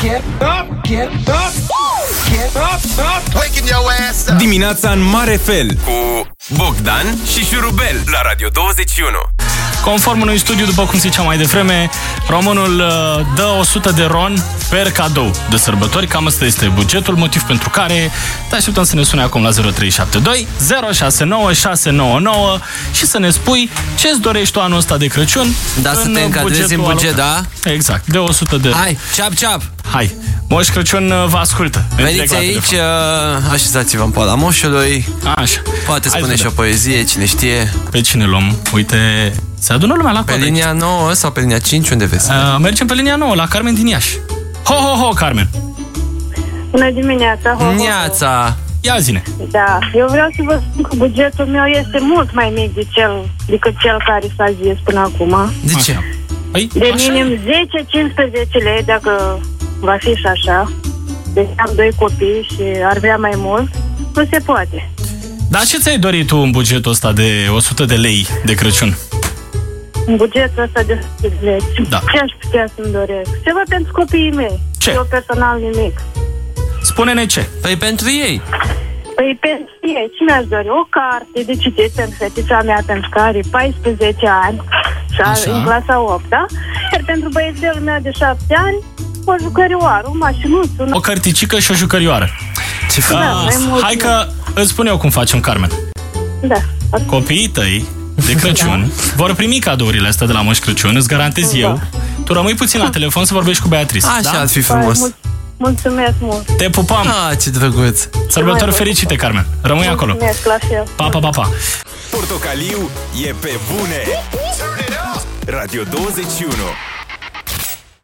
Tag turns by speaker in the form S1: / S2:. S1: Get up, get up, get up, up. Waking your ass up.
S2: Dimineața în mare fel cu Bogdan și Șurubel la Radio 21.
S3: Conform unui studiu, după cum ziceam mai devreme, românul uh, dă 100 de ron per cadou de sărbători. Cam asta este bugetul, motiv pentru care te așteptăm să ne suni acum la 0372 069 699 și să ne spui ce-ți dorești tu anul ăsta de Crăciun
S4: Da, să te încadrezi
S3: bugetul
S4: în buget, da?
S3: alocat. Exact, de 100 de Hai,
S4: Hai, ceap, ceap!
S3: Hai. Moș Crăciun uh, vă ascultă. Direct
S4: Veniți
S3: la
S4: aici,
S3: telefon.
S4: uh, așezați-vă în poala moșului,
S3: Așa.
S4: poate
S3: Hai da.
S4: spune
S3: să
S4: și o poezie, cine știe,
S3: Pe cine luăm? Uite, se adună lumea la
S4: pe
S3: coadă.
S4: linia 9 sau pe linia 5, unde vezi?
S3: Uh, mergem pe linia nouă, la Carmen din Iași. Ho, ho, ho, Carmen.
S5: Bună dimineața, ho, ho, ho.
S4: Neața!
S3: Ia zine.
S5: Da, eu vreau să vă spun că bugetul meu este mult mai mic de cel, decât cel care s-a zis până acum.
S4: De
S3: Așa.
S4: ce?
S3: Păi,
S5: De
S3: așa.
S5: minim 10-15 lei, dacă va fi și așa. Deci am doi copii și ar vrea mai mult. Nu se poate.
S3: Dar ce ți-ai dorit tu în bugetul ăsta de 100 de lei de Crăciun?
S5: În bugetul ăsta de 100 de lei, ce-
S3: Da.
S5: ce aș putea să-mi doresc? Ceva pentru copiii mei.
S3: Ce?
S5: Eu personal nimic.
S3: Spune-ne ce.
S4: Păi pentru ei!
S5: Păi pentru ei, ce mi-aș dori? O carte de citit pentru fetița mea pentru care are 14 ani și
S3: Așa.
S5: are în clasa 8 -a. Iar pentru băiețelul meu de 7 ani, o jucărioară, o mașinuță, un...
S3: O cărticică și o jucărioară.
S4: Ce
S3: Da,
S5: mai mult
S3: hai
S5: nu.
S3: că îți spun eu cum facem, Carmen.
S5: Da.
S3: Copiii tăi de Crăciun vor primi cadourile astea de la Moș Crăciun, îți garantez
S5: Da.
S3: eu. Tu rămâi puțin la telefon să vorbești cu Beatrice.
S4: Așa
S3: da?
S4: ar fi
S5: Păi,
S4: frumos!
S5: mul- Mulțumesc mult.
S3: Te pupam.
S5: Da.
S4: Ah, ce drăguț!
S3: Sărbători
S5: Mai mult.
S3: fericite, Carmen. Rămâi acolo.
S5: Mulțumesc, la fel.
S3: Pa, pa, pa, pa.
S2: Portocaliu e pe bune. Radio 21.